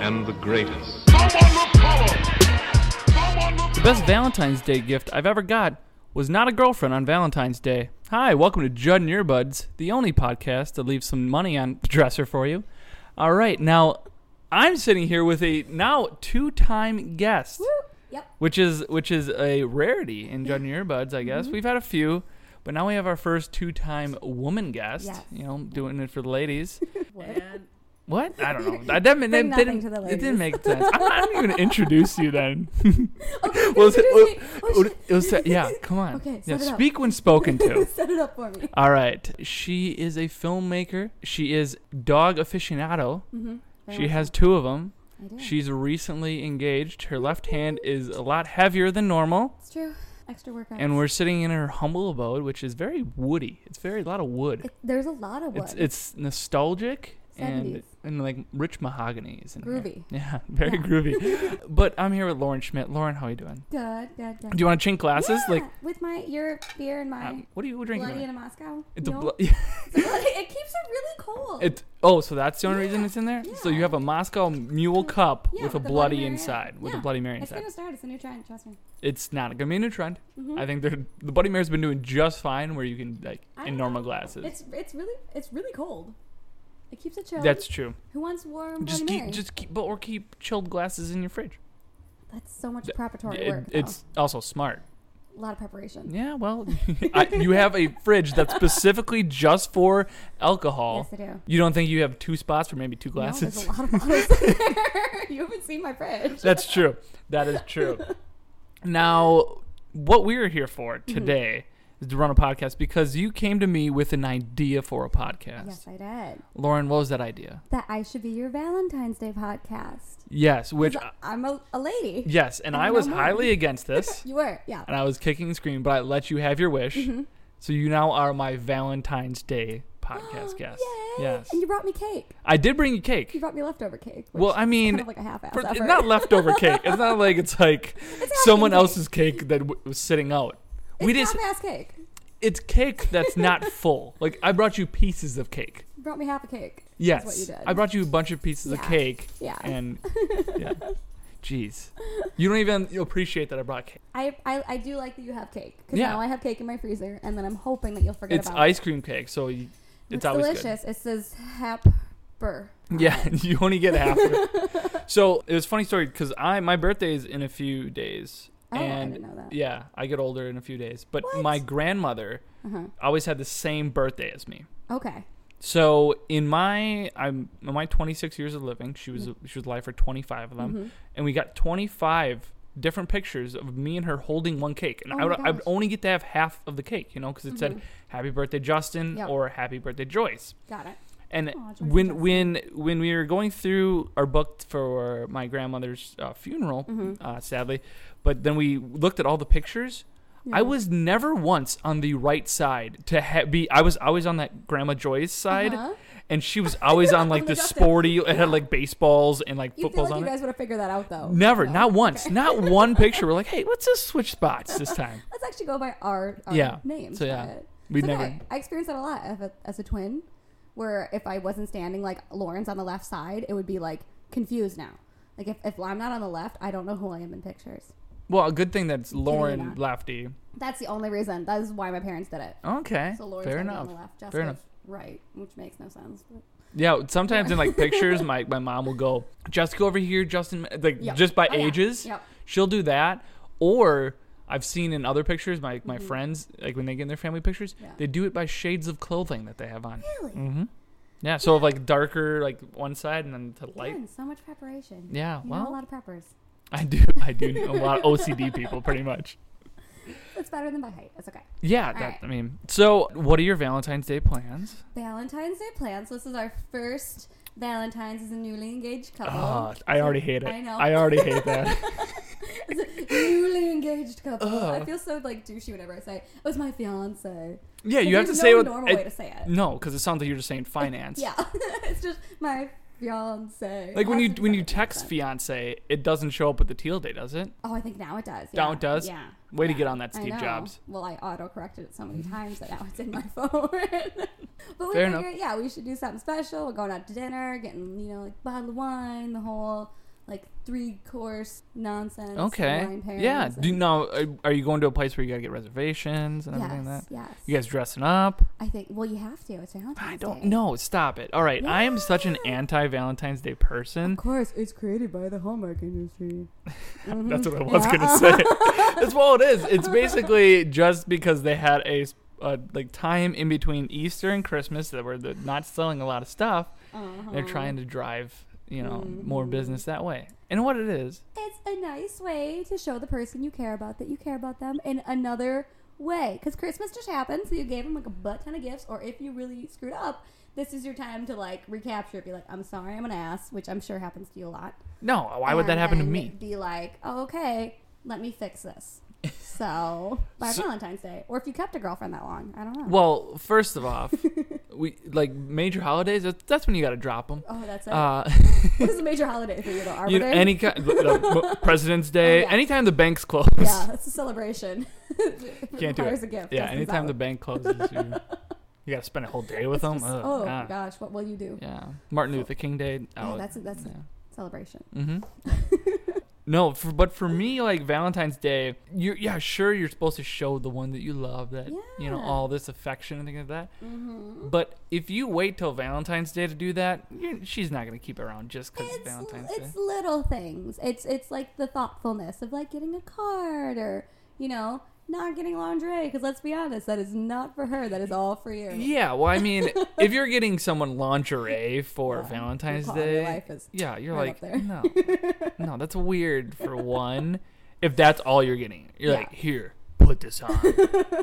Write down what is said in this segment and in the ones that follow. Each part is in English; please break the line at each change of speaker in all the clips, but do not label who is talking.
am the greatest.
The best Valentine's Day gift I've ever got was not a girlfriend on Valentine's Day. Hi, welcome to Judd and Earbuds, the only podcast that leaves some money on the dresser for you. All right, now I'm sitting here with a now two-time guest,
Yep.
which is which is a rarity in Judd and Earbuds, I
Mm-hmm.
guess. We've had a few, but now we have our first two-time woman guest.
Yes.
You know, doing it for the ladies.
And
What? I don't know. That didn't, that
nothing
didn't,
to the
it didn't
ladies.
make sense. I'm not even gonna introduce you then.
Okay,
Well, it's-
introduce me. Oh,
It was- yeah, come on.
Okay,
yeah,
set it up.
speak when spoken
shit.
to.
Set it up for me.
All right. She is a filmmaker. She is dog aficionado.
Mm-hmm.
She has two of them.
I do.
She's recently engaged. Her left hand is a lot heavier than normal.
it's true. Extra work.
And we're sitting in her humble abode, which is very woody. It's very a lot of wood.
It, there's a lot of wood.
It's it's nostalgic and
70s.
and like rich mahoganies and
Groovy.
Yeah, very groovy. but I'm here with Lauren Schmidt. Lauren, how are you doing?
good, good, good.
Do you want to chink glasses?
yeah,
Like,
with my your beer and my
uh, what are you drinking?
bloody in
right?
a Moscow.
It's a
No.
blo-
It's a bloody- it keeps it really cold.
It's oh, so that's the only reason
Yeah,
it's in there. So
yeah.
you have a Moscow Mule cup
Yeah,
with a
the
bloody,
Mary.
inside, with a
Yeah.
bloody Mary
It's
inside.
gonna start. It's a new trend. Trust me.
It's not gonna be a new trend.
Mhm.
I think they're, the bloody Mary's been doing just fine, where you can like
I
in
don't
normal
know.
glasses.
It's it's really it's really cold. It keeps it chilled.
that's true.
who wants warm
Just
Bloody
keep,
Mary?
just keep, but or keep chilled glasses in your fridge.
That's so much
Th-
preparatory
It-
work. though.
it's also smart.
a lot of preparation.
Yeah, well, I, you have a fridge that's specifically just for alcohol.
Yes, I do.
You don't think you have two spots for maybe two
No,
glasses?
there's a lot of bottles in there. you haven't seen my fridge.
That's true. That is true. Now, what we are here for
Mm-hmm.
today is to run a podcast because you came to me with an idea for a podcast.
Yes, I did.
Lauren, what was that idea?
That I should be your Valentine's Day podcast.
Yes, which uh,
'Cause I'm a, a lady.
yes, and
I
I
know
was
more.
highly against this,
You were, yeah. Mm-hmm.
and I was kicking and screaming, but I let you have your wish. So you now are my Valentine's Day podcast guest.
Yay!
Yes,
And you brought me cake.
I did bring you cake.
You brought me leftover cake. Which
Well,
is
I mean,
kind of like a half-ass
for-
effort.
not leftover cake. It's not like it's like someone
half-eaten
else's cake that w- was sitting out.
It's
we just
half-ass cake.
it's cake that's not full. Like I brought you pieces of cake.
You brought me half a cake. is
Yes,
what you did.
I brought you a bunch of pieces of
Yeah.
cake.
Yeah.
and yeah, jeez, you don't even appreciate that I brought cake.
I, I I do like that you have cake because
Yeah.
now I have cake in my freezer, and then I'm hoping that you'll forget
it's
about
ice cream cake, so you,
it.
it's, always good.
delicious. It says Oh, happer.
Yeah, you only get half. of it. so it was a funny story because I my birthday is in a few days,
Oh, I
and
didn't know that.
yeah, I get older in a few days. But
What?
my grandmother
Uh-huh.
always had the same birthday as me.
Okay.
So in my I'm in my 26 years of living, she was she was alive for 25 of them,
Mm-hmm.
and we got 25 different pictures of me and her holding one cake, and
Oh
I would
my
I would
gosh. Mm-hmm.
only get to have half of the cake, you know, because it said "Happy Birthday Justin"
Yep.
or "Happy Birthday Joyce."
Got it.
And
Aw, Joyce and
when
Justin.
when when we were going through our book for my grandmother's uh, funeral,
Mm-hmm.
uh, sadly, but then we looked at all the pictures. I was never once on the right side to ha- be. I was always on that Grandma Joy's side,
Uh-huh. oh
and she was always on like
On
the
the Justin.
sporty. It had like baseballs and like
You feel
footballs
like
on
you
it.
guys would have figured that out though.
Never,
No.
not once,
Okay.
not one picture. We're like, hey, let's just switch spots this time.
Let's actually go by our, our
Yeah.
names.
So,
for
yeah.
it.
We
It's
never-
I experienced that a lot as a, as a twin, where if I wasn't standing like Lauren's on the left side, it would be like confused now. Like if, if I'm not on the left, I don't know who I am in pictures.
Well, a good thing that's
kidding me
Lauren
not.
Lafty.
That's the only reason. That is why my parents did it.
Okay,
So Lauren's
Eh, fair
gonna be
enough.
on the left, Jessica's
fair enough.
right, which makes no sense. but-
Yeah, sometimes in like pictures, my, my mom will go, Jessica over here, Justin, like
Yep.
Mm-hmm. just by
Oh, yeah.
ages. Mm,
Yep.
She'll do that. Or I've seen in other pictures, my, my friends, like when they get in their family pictures,
Mm-hmm. Yeah.
they do it by shades of clothing that they have on.
Really?
Yeah, so like darker, like one side and then to light.
Again, so much preparation.
Yeah,
You know
well-
a lot of preppers.
I do, I do know a lot of OCD people pretty much.
It's better than by height. It's okay.
Yeah, that,
right.
I mean, so what are your Valentine's Day plans?
Valentine's Day plans. This is our first Valentine's as a newly engaged couple.
Oh, I already hate it.
I know.
I already hate that.
newly engaged couple. I feel so like douchey whenever I say it was my fiance.
yeah,
Like,
you have to
there's
say
no
what.
normal
it-
way to say it.
No, because it sounds like you're just saying finance.
Yeah, it's just my fiance.
Like when
That's
you
what
when
it
you
makes
text
sense.
fiance, it doesn't show up with the teal day, does it?
Oh, I think now it does.
Now
yeah.
it does?
Yeah.
Way to
Yeah.
get on that,
I
Steve
know.
Jobs.
Well, I auto corrected it so many times that now it's in my phone. but we
Fair
figured,
enough.
yeah, we should do something special. We're going out to dinner, getting you know like bottle of wine, the whole like three course nonsense.
Okay.
Wine pairings
Yeah.
and-
Do now are, are you going to a place where you gotta get reservations and everything like
yes,
that?
yes.
You guys dressing up?
I think. Well, you have to. It's Valentine's
I
Day.
don't know. Stop it. All right. I am such an
Yeah.
anti Valentine's Day person.
Of course, it's created by the Hallmark industry. Mhm.
That's what I was
Yeah.
gonna say. That's all it is. It's basically just because they had a, s- a, like time in between Easter and Christmas that were the, not selling a lot of stuff.
Uh-huh.
They're trying to drive you know more
Mhm.
business that way. And what it is,
It's a nice way to show the person you care about that you care about them in another way. Because Christmas just happened, so you gave them like a butt ton of gifts, or if you really screwed up, this is your time to like recapture it. Be like, I'm sorry, I'm an ass, which I'm sure happens to you a lot.
no. Why would that
And
happen to
then
me?
Be like, oh, okay, let me fix this. So by
So-
Valentine's Day, or if you kept a girlfriend that long, I don't know.
Well, first of all, we like major holidays. that- That's when you got to drop them.
oh, that's it.
Uh,
what is a major holiday for you though? Arbor
you know,
Day? Oh,
any kind, President's Day,
yeah.
anytime the banks close.
yeah, that's a celebration.
Can't do
Requires
it.
a gift.
Yeah,
Justin's
anytime
out.
the bank closes, you, you got to spend a whole day with
It's
them.
just-
Ugh,
oh
nah.
gosh, what will you do?
Yeah, Martin Luther King Day.
Yeah, that's that's
Oh, yeah.
a celebration.
Mm-hmm. no, for, but for me, like Valentine's Day, you yeah, sure, you're supposed to show the one that you love that you know
Yeah.
all this affection and things like that.
Mm-hmm.
But if you wait till Valentine's Day to do that, you she's not gonna keep it around just because it's
It's
Valentine's
it's
Day.
little things. It's it's like the thoughtfulness of like getting a card or you know not getting lingerie because let's be honest, that is not for her. That is all for you.
Yeah, well, I mean, if you're getting someone lingerie for
Yeah, your
Valentine's
quality of
Day,
life is
yeah, you're
right
like,
up there.
no, no, that's weird for one. If that's all you're getting, you're
Yeah.
like, here, put this on,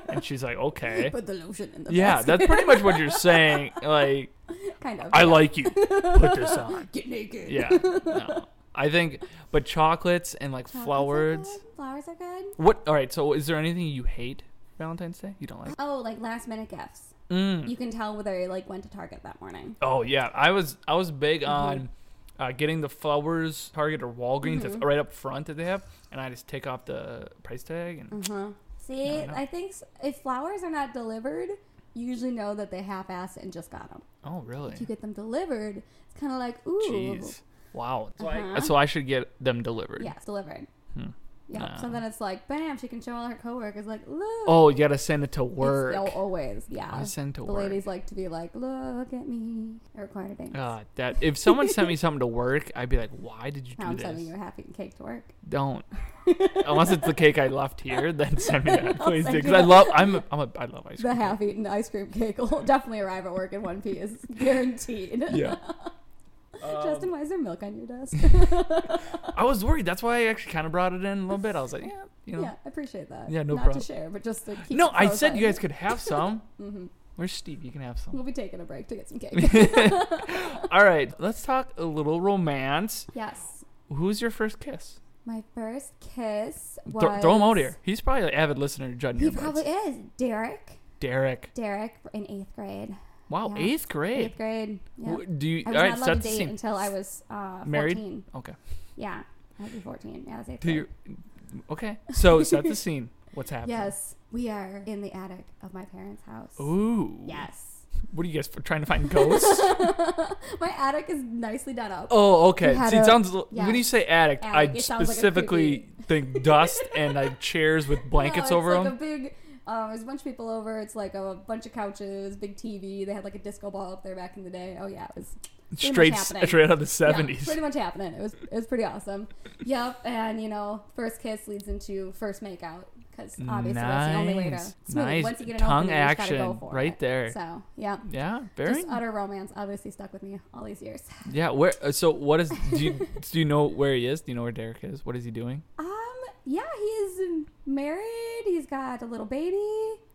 and she's like, okay,
put the lotion in the
Eh? Yeah,
basket.
that's pretty much what you're saying. Like,
kind of.
I like you. Put this on.
get naked.
Yeah. No. I think, but chocolates and like
Chocolates are
flowers.
good. Flowers are good.
What? All right. So, is there anything you hate Valentine's Day? You don't like?
Oh, like last minute gifts.
Mm.
You can tell whether I like went to Target that morning.
Oh yeah, I was I was big
Mm-hmm.
on uh, getting the flowers Target or Walgreens that's
Mm-hmm.
right up front that they have, and I just take off the price tag and
Uh-huh. See,
No, no.
I think s- if flowers are not delivered, you usually know that they half-assed it and just got them.
oh really?
If you get them delivered, it's kind of like, ooh,
Jeez. Wow. So, I,
Uh-huh.
so I should get them delivered.
yeah, it's delivered.
Hmm.
Yeah.
Ah.
So then it's like, bam, she can show all her coworkers, like, look.
Oh, you gotta send it to
It's-
work.
oh, always, yeah.
I send to
the
work.
ladies like to be like, look at me. It required things.
Uh, that if someone sent me something to work, I'd be like, "Why did you
now
do
I'm sending
this?
you a half-eaten cake to work.
Don't." Unless it's the cake I left here, then send me that,
I'll
please.
send you
Because I
that.
love, I'm, a, I'm a, I love ice
The
cream.
half-eaten ice cream cake will definitely arrive at work in one piece, guaranteed.
Yeah. Um,
Justin, why is there milk on your desk?
I was worried. That's why I actually kind of brought it in a little bit. I was like, "Yeah, you know."
Yeah, I appreciate that.
Yeah, no
Not
problem.
to share, but just to keep
No,
it
I
close
said
eye.
you guys could have some.
Mhm.
Where's Steve? You can have
We'll
some.
be taking a break to get some cake.
All right, let's talk a little romance.
yes.
Who's your first kiss?
My first kiss was.
Throw throw him out here. He's probably an avid listener to Judd
He
Newmark's.
probably is. Derek.
Derek.
Derek in eighth grade.
Wow,
Yeah.
eighth grade.
Eighth grade. Yeah.
W- Do you?
I
All
was
right,
not allowed
set
to
the
date
scene.
until I was uh, 14.
Married? Okay.
Yeah. I was 14. Yeah, I was eighth
To
grade.
your, okay. So set the scene. What's happening?
Yes. We are in the attic of my parents' house.
Oooo.
Yes.
What are you guys for, trying to find ghosts?
My attic is nicely done up.
oh, okay.
We had
See, it
a-
sounds. l-
yeah.
When you say attic,
Attic,
I
it sounds like a
specifically think dust and like chairs with blankets
No, it's
over
like
them.
A big, um, there's a bunch of people over. It's like a bunch of couches, big TV. They had like a disco ball up there back in the day. Oh yeah, it was pretty much
straight, s-
happening.
straight out of the
yeah,
seventies.
pretty much happening. It was it was pretty awesome. yep, and you know, first kiss leads into first makeout because obviously that's the only way to
Nice.
it's
Nice.
Once you get an
Tongue
opening, you just gotta go
action
for
right
it.
there.
So yeah,
yeah, very.
just uh, utter romance obviously stuck with me all these years.
yeah. Where? uh, So what is? Do you, do you know where he is? Do you know where Derek is? What is he doing?
Um, yeah, he is married. He's got a little baby.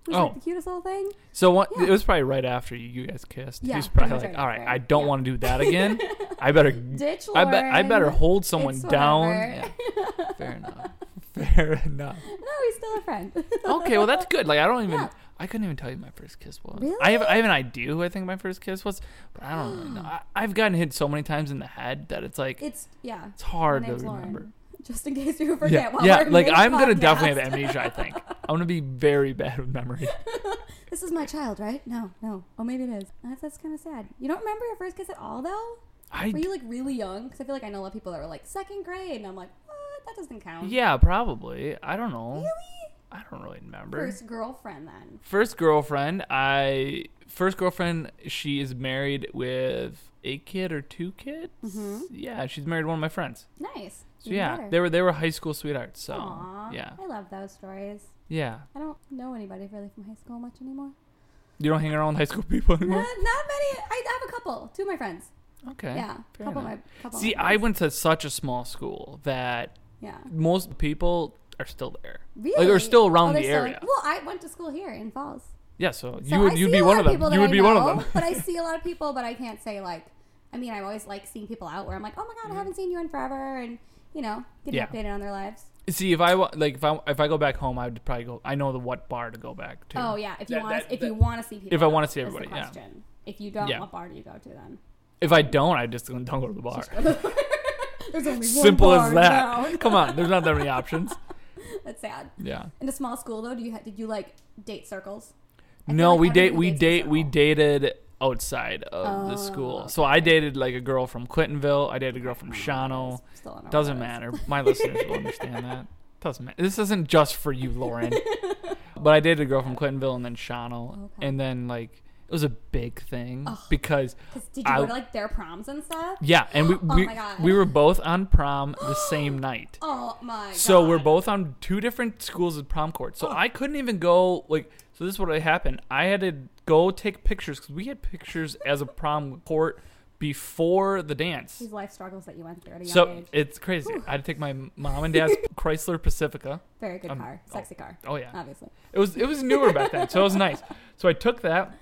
Who's
Oh.
like the cutest little thing.
So one,
Yeah.
it was probably right after you, you guys kissed.
Yeah,
He's
pretty
probably like,
much right
all right,
after.
I don't
Yeah.
want to do that again. I better.
Ditch
I
Lauren.
bet. I better hold someone
It's
down.
whatever.
Yeah, Fair enough. Fair enough.
No, he's still a friend.
Okay, well that's good. Like I don't even.
Yeah.
I couldn't even tell you my first kiss was.
Really?
I have I have an idea who I think my first kiss was, but I don't really know. I, I've gotten hit so many times in the head that it's like
It's yeah.
it's hard to
name's Lauren.
remember.
Just in case you forget.
Yeah,
While
yeah.
we're
Like
doing
I'm
the
gonna
podcast.
definitely have amnesia. I think I'm gonna be very bad with memory.
This is my child, right? No, no. Oh, maybe it is. That's, that's kind of sad. You don't remember your first kiss at all, though.
I
Were you like really young? Because I feel like I know a lot of people that were like second grade, and I'm like, what? That doesn't count.
yeah, probably. I don't know.
Really?
I don't really remember.
First girlfriend, then.
First girlfriend, I first girlfriend. She is married with a kid or two kids.
Mhm.
Yeah, she's married to one of my friends.
Nice.
So
Even
yeah,
better.
they were they were high school sweethearts. So
Aw,
yeah,
I love those stories.
yeah.
I don't know anybody really from high school much anymore.
You don't hang around with high school people
Not,
anymore.
not many. I have a couple. Two of my friends.
Okay.
Yeah.
fair
couple of
enough.
my, couple of
See,
my
I
friends.
went to such a small school that
Yeah.
most people are still there.
Really?
Like, they're still around
Oh,
the
they're still-
area.
well, I went to school here in Falls.
Yeah, so,
So
you
I
would you'd
see
be
a
one
lot
of them.
people
You
that
would
I
be one
know,
of them.
but I see a lot of people, but I can't say like. I mean, I'm always like seeing people out where I'm like, oh my god, I haven't seen you in forever, and you know, getting
Mm-hmm. Yeah.
updated on their lives.
See, if I wa- like if I if I go back home, I would probably go. I know the what bar to go back to.
Oh yeah, if you
That-
want,
that-
if you
that-
want to see people,
If I wanna see
is the
everybody, yeah.
question. If you don't,
Yeah.
what bar do you go to then?
If I don't, I just don't go to the bar.
There's only one
Simple as
bar
that.
down.
Come on, there's not that many options.
That's sad.
Yeah.
In a small school though, do you ha- did you like date circles? I feel
No,
like
we
I don't
date
do
we
dates in
date we
circle.
dated outside of the
Oh,
school. So I dated like a girl from Clintonville. I dated a girl
Oh,
from Shawano.
Still don't know
Doesn't
what it is.
matter. My listeners will understand that. Doesn't matter. This isn't just for you, Lauren. But I dated a girl from Clintonville and then Shawano,
Okay.
and then like it was a big thing because
'Cause Did you
I-
go to like their proms and stuff?
yeah, and we
Oh
we,
my God.
we were both on prom the same night.
Oh my.
So we're
God.
both on two different schools of prom court. So
Oh.
I couldn't even go like. So this is what happened. I had to go take pictures because we had pictures as a prom court before the dance.
These life struggles that you went through at a young
So
age.
it's crazy. I had to take my mom and dad's Chrysler Pacifica.
Very good
um,
car,
oh.
sexy car,
Oh yeah,
obviously.
it was it was newer back then, so it was nice. So I took that,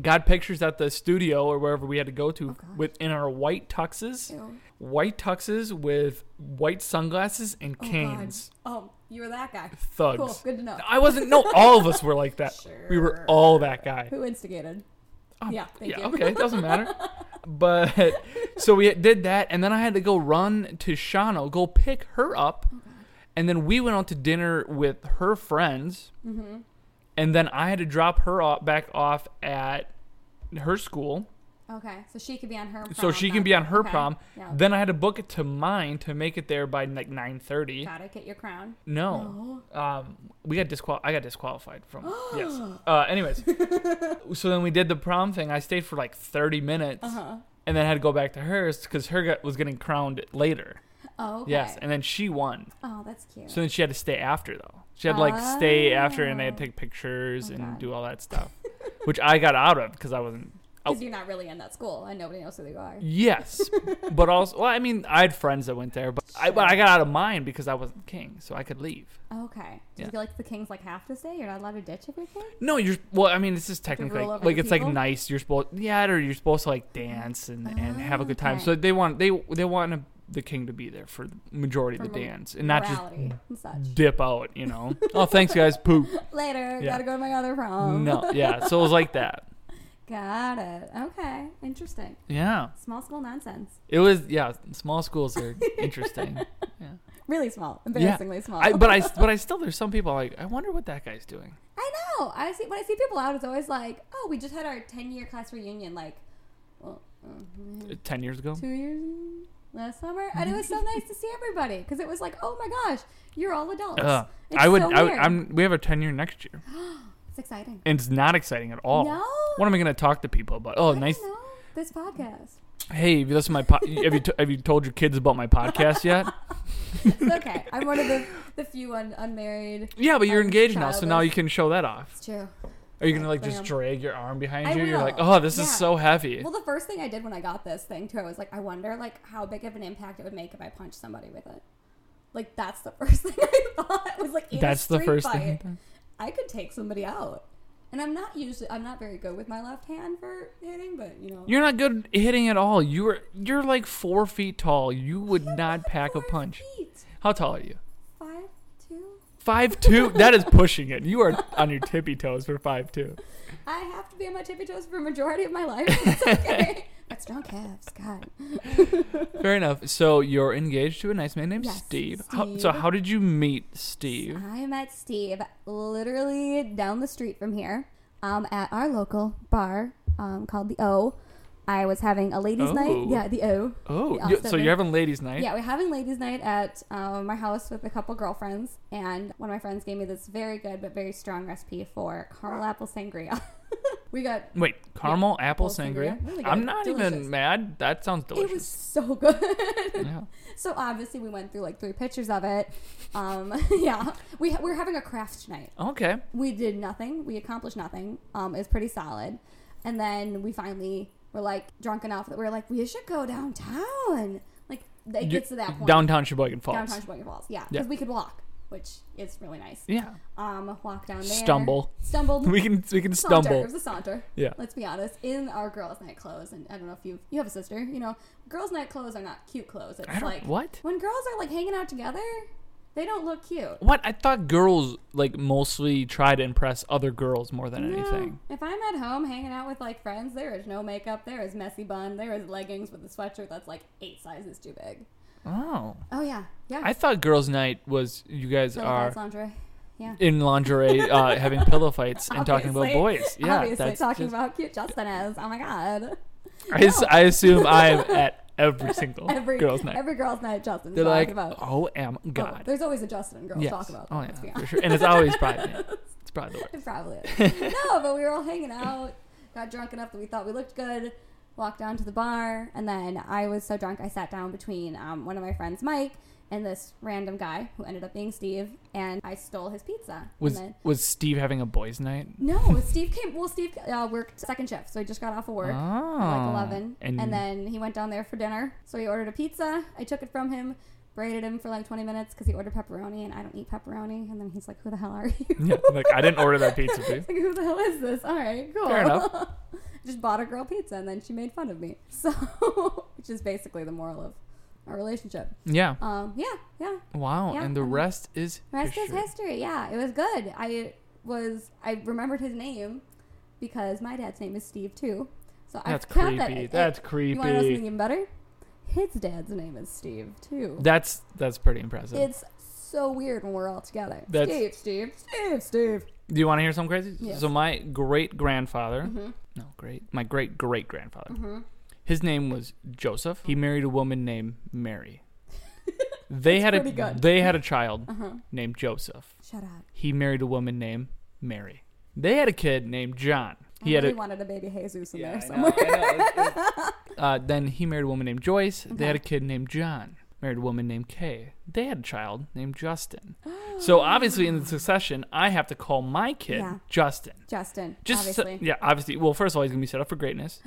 got pictures at the studio or wherever we had to go to,
Mm-hmm. Oh, gosh.
with in our white tuxes,
Ew.
white tuxes with white sunglasses and
Oh,
canes.
God. Oh, you were that guy.
Thugs.
Cool. Good to know.
I wasn't. No, all of us were like that. We were all that guy.
Who instigated?
Oh,
yeah. Thank
yeah.
you.
Okay. Doesn't matter. But so we did that, and then I had to go run to Shano, go pick her up, and then we went out to dinner with her friends,
Mm-hmm.
and then I had to drop her off back off at her school,
Okay, so she could be on her. Prom
so she
then.
can be on her
Uh-huh, Okay.
prom.
Yeah.
Then I had to book it to mine to make it there by like nine thirty.
Got it. Get your crown.
No.
Oh.
Um, we got disqual. I got disqualified from. yes. Uh, anyways, so then we did the prom thing. I stayed for like thirty minutes,
Uh-huh.
and then had to go back to hers because her got, was getting crowned later.
Oh. Okay.
Yes, and then she won.
oh, that's cute.
So then she had to stay after though. She had to like stay after, and they had to
Oh.
take pictures
Oh,
and
God.
do all that stuff, which I got out of because I wasn't. oh.
Because you're not really in that school, and nobody knows who you are.
Yes, but also, well, I mean, I had friends that went there, but I but I got out of mine because I wasn't king, so I could leave.
Okay. Do
Yeah.
you feel like the king's like have to stay? You're not allowed to ditch if you're king.
No, you're well. I mean, it's just technically
rule
like,
over the
it's like
people?
nice. You're supposed, yeah, or you're supposed to like dance and, and have a good time.
Okay.
So they want they they want a, the king to be there for the majority
For
of the
mo-
dance and not
Morality and
just
such.
dip out. You know. oh, thanks guys. Poop.
Later,
Yeah.
gotta go to my other prom.
No, yeah. So it was like that.
Got it. Okay. Interesting.
Yeah,
Small school nonsense.
it was. Yeah, small schools are interesting. Yeah,
Really small. Embarrassingly small.
I, but I but I still there's some people like I wonder what that guy's doing.
I know. I see when I see people out, it's always like, oh, we just had our ten year class reunion. Like, well, uh,
Ten years ago.
two years ago? last summer, and it
Mm-hmm.
was so nice to see everybody because it was like, oh my gosh, you're all adults.
Ugh.
It's
Uh, I would.
so
I, would-
weird.
I'm. We have a ten year next year,
It's exciting.
and it's not exciting at all.
No.
What am I going to talk to people about? Oh,
I
nice.
don't know. This podcast.
Hey, have you listened to my po- have you t- have you told your kids about my podcast yet?
It's okay. I'm one of the the few un- unmarried.
Yeah, but you're
I'm
engaged now, so now
childless.
you can show that off.
It's true.
Are you gonna like
Damn.
just drag your arm behind
I
you? You're
will.
like, oh, this is
Yeah.
so heavy.
Well, the first thing I did when I got this thing too, I was like, I wonder like how big of an impact it would make if I punched somebody with it. Like that's the first thing I thought was like in
That's
a
the
street
first
fight,
thing.
I could take somebody out, and I'm not usually I'm not very good with my left hand for hitting, but you know
You're not good at hitting at all. You were you're like four feet tall. You would not pack a
Four
punch.
feet.
How tall are you?
Five two.
Five two. that is pushing it. You are on your tippy toes for five two.
I have to be on my tippy toes for a majority of my life. It's okay. But strong calves, God.
Fair enough. So you're engaged to a nice man named
Yes,
Steve. How, so
Steve.
how did you meet Steve?
I met Steve literally down the street from here um, at our local bar um, called the O. I was having a ladies'
Oh.
night. Yeah, the O.
Oh,
Yeah,
you-
so
so you're
then-
having ladies' night.
Yeah, we're having ladies' night at um, my house with a couple girlfriends, and one of my friends gave me this very good but very strong recipe for caramel apple sangria. we got
Wait, caramel apple
apple
sangria.
sangria. Really
I'm
good.
not
Delicious.
even mad. That sounds
it was
delicious.
so good.
yeah.
So obviously we went through like three pictures of it. Um, yeah, we ha- we were having a craft night.
Okay.
We did nothing. We accomplished nothing. Um, it was pretty solid. And then we finally were like drunk enough that we were like we should go downtown. Like it
You-
gets to that point.
Downtown Sheboygan Falls.
Downtown Sheboygan Falls. Yeah,
Yeah.
because we could walk, which is really nice.
Yeah.
Um, walk down there.
Stumble.
Stumbled.
We can we can
saunter.
stumble.
It was a saunter.
Yeah.
Let's be honest. In our girls' night clothes, and I don't know if you you have a sister, you know, girls' night clothes are not cute clothes. It's
I don't-
like
what?
when girls are like hanging out together, they don't look cute.
What? I thought girls like mostly try to impress other girls more than
No.
anything.
If I'm at home hanging out with like friends, there is no makeup, there is messy bun, there is leggings with a sweatshirt that's like eight sizes too big.
Oh.
Oh yeah, yeah.
I thought girls' night was you guys
Little
are
guys' lingerie. Yeah.
in lingerie uh, having pillow fights and talking about
Obviously.
boys. Yeah,
Obviously
that's
talking
just-
about cute Justin is. Oh my god.
I, s- I assume I'm at every single
Every
girls' night.
Every girls' night Justin's
They're
talking
like,
about.
oh, am
Oh,
God.
there's always a Justin and girls
Yes.
talk about.
Oh
let's be
yeah,
honest.
for sure. And it's always probably me. It's probably the worst.
It Probably. is. no, but we were all hanging out, got drunk enough that we thought we looked good, walked down to the bar, and then I was so drunk I sat down between um, one of my friends, Mike, and this random guy who ended up being Steve, and I stole his pizza.
Was
and then,
was Steve having a boys' night?
no, Steve came. Well, Steve uh, worked second shift, so he just got off of work.
Oh,
at like 11.
And,
And, then he went down there for dinner. So he ordered a pizza. I took it from him, braided him for like 20 minutes because he ordered pepperoni and I don't eat pepperoni. And then he's like, who the hell are you?
yeah, like I didn't order that pizza, dude.
It's like, who the hell is this? All right, cool.
Fair enough.
Just bought a girl pizza and then she made fun of me. So, which is basically the moral of our relationship.
Yeah.
Um, yeah, yeah.
Wow.
Yeah,
and the
um,
rest is
Rest is
history.
history. Yeah, it was good. I was I remembered his name because my dad's name is Steve too. So
That's
I found
creepy.
That,
That's
You want to know
creepy.
something even better? His dad's name is Steve too.
That's that's pretty impressive.
it's so weird when we're all together.
That's-
Steve, Steve, Steve, Steve.
Do you want to hear something crazy?
Yes.
So my great grandfather,
Mm-hmm,
no, great, my great great grandfather, his name was Joseph. He married a woman named Mary. They had a
pretty good. Uh-huh.
they had a child named Joseph.
Shut up.
He married a woman named Mary. They had a kid named John. He
I
had
really
a
wanted a baby Jesus in there
I
somewhere.
uh, then he married a woman named Joyce. They had a kid named John. Married a woman named Kay. They had a child named Justin. so obviously, in the succession, I have to call my kid
Yeah.
Justin.
Justin,
Just so-
obviously.
yeah, obviously. Well, first of all, he's gonna be set up for greatness.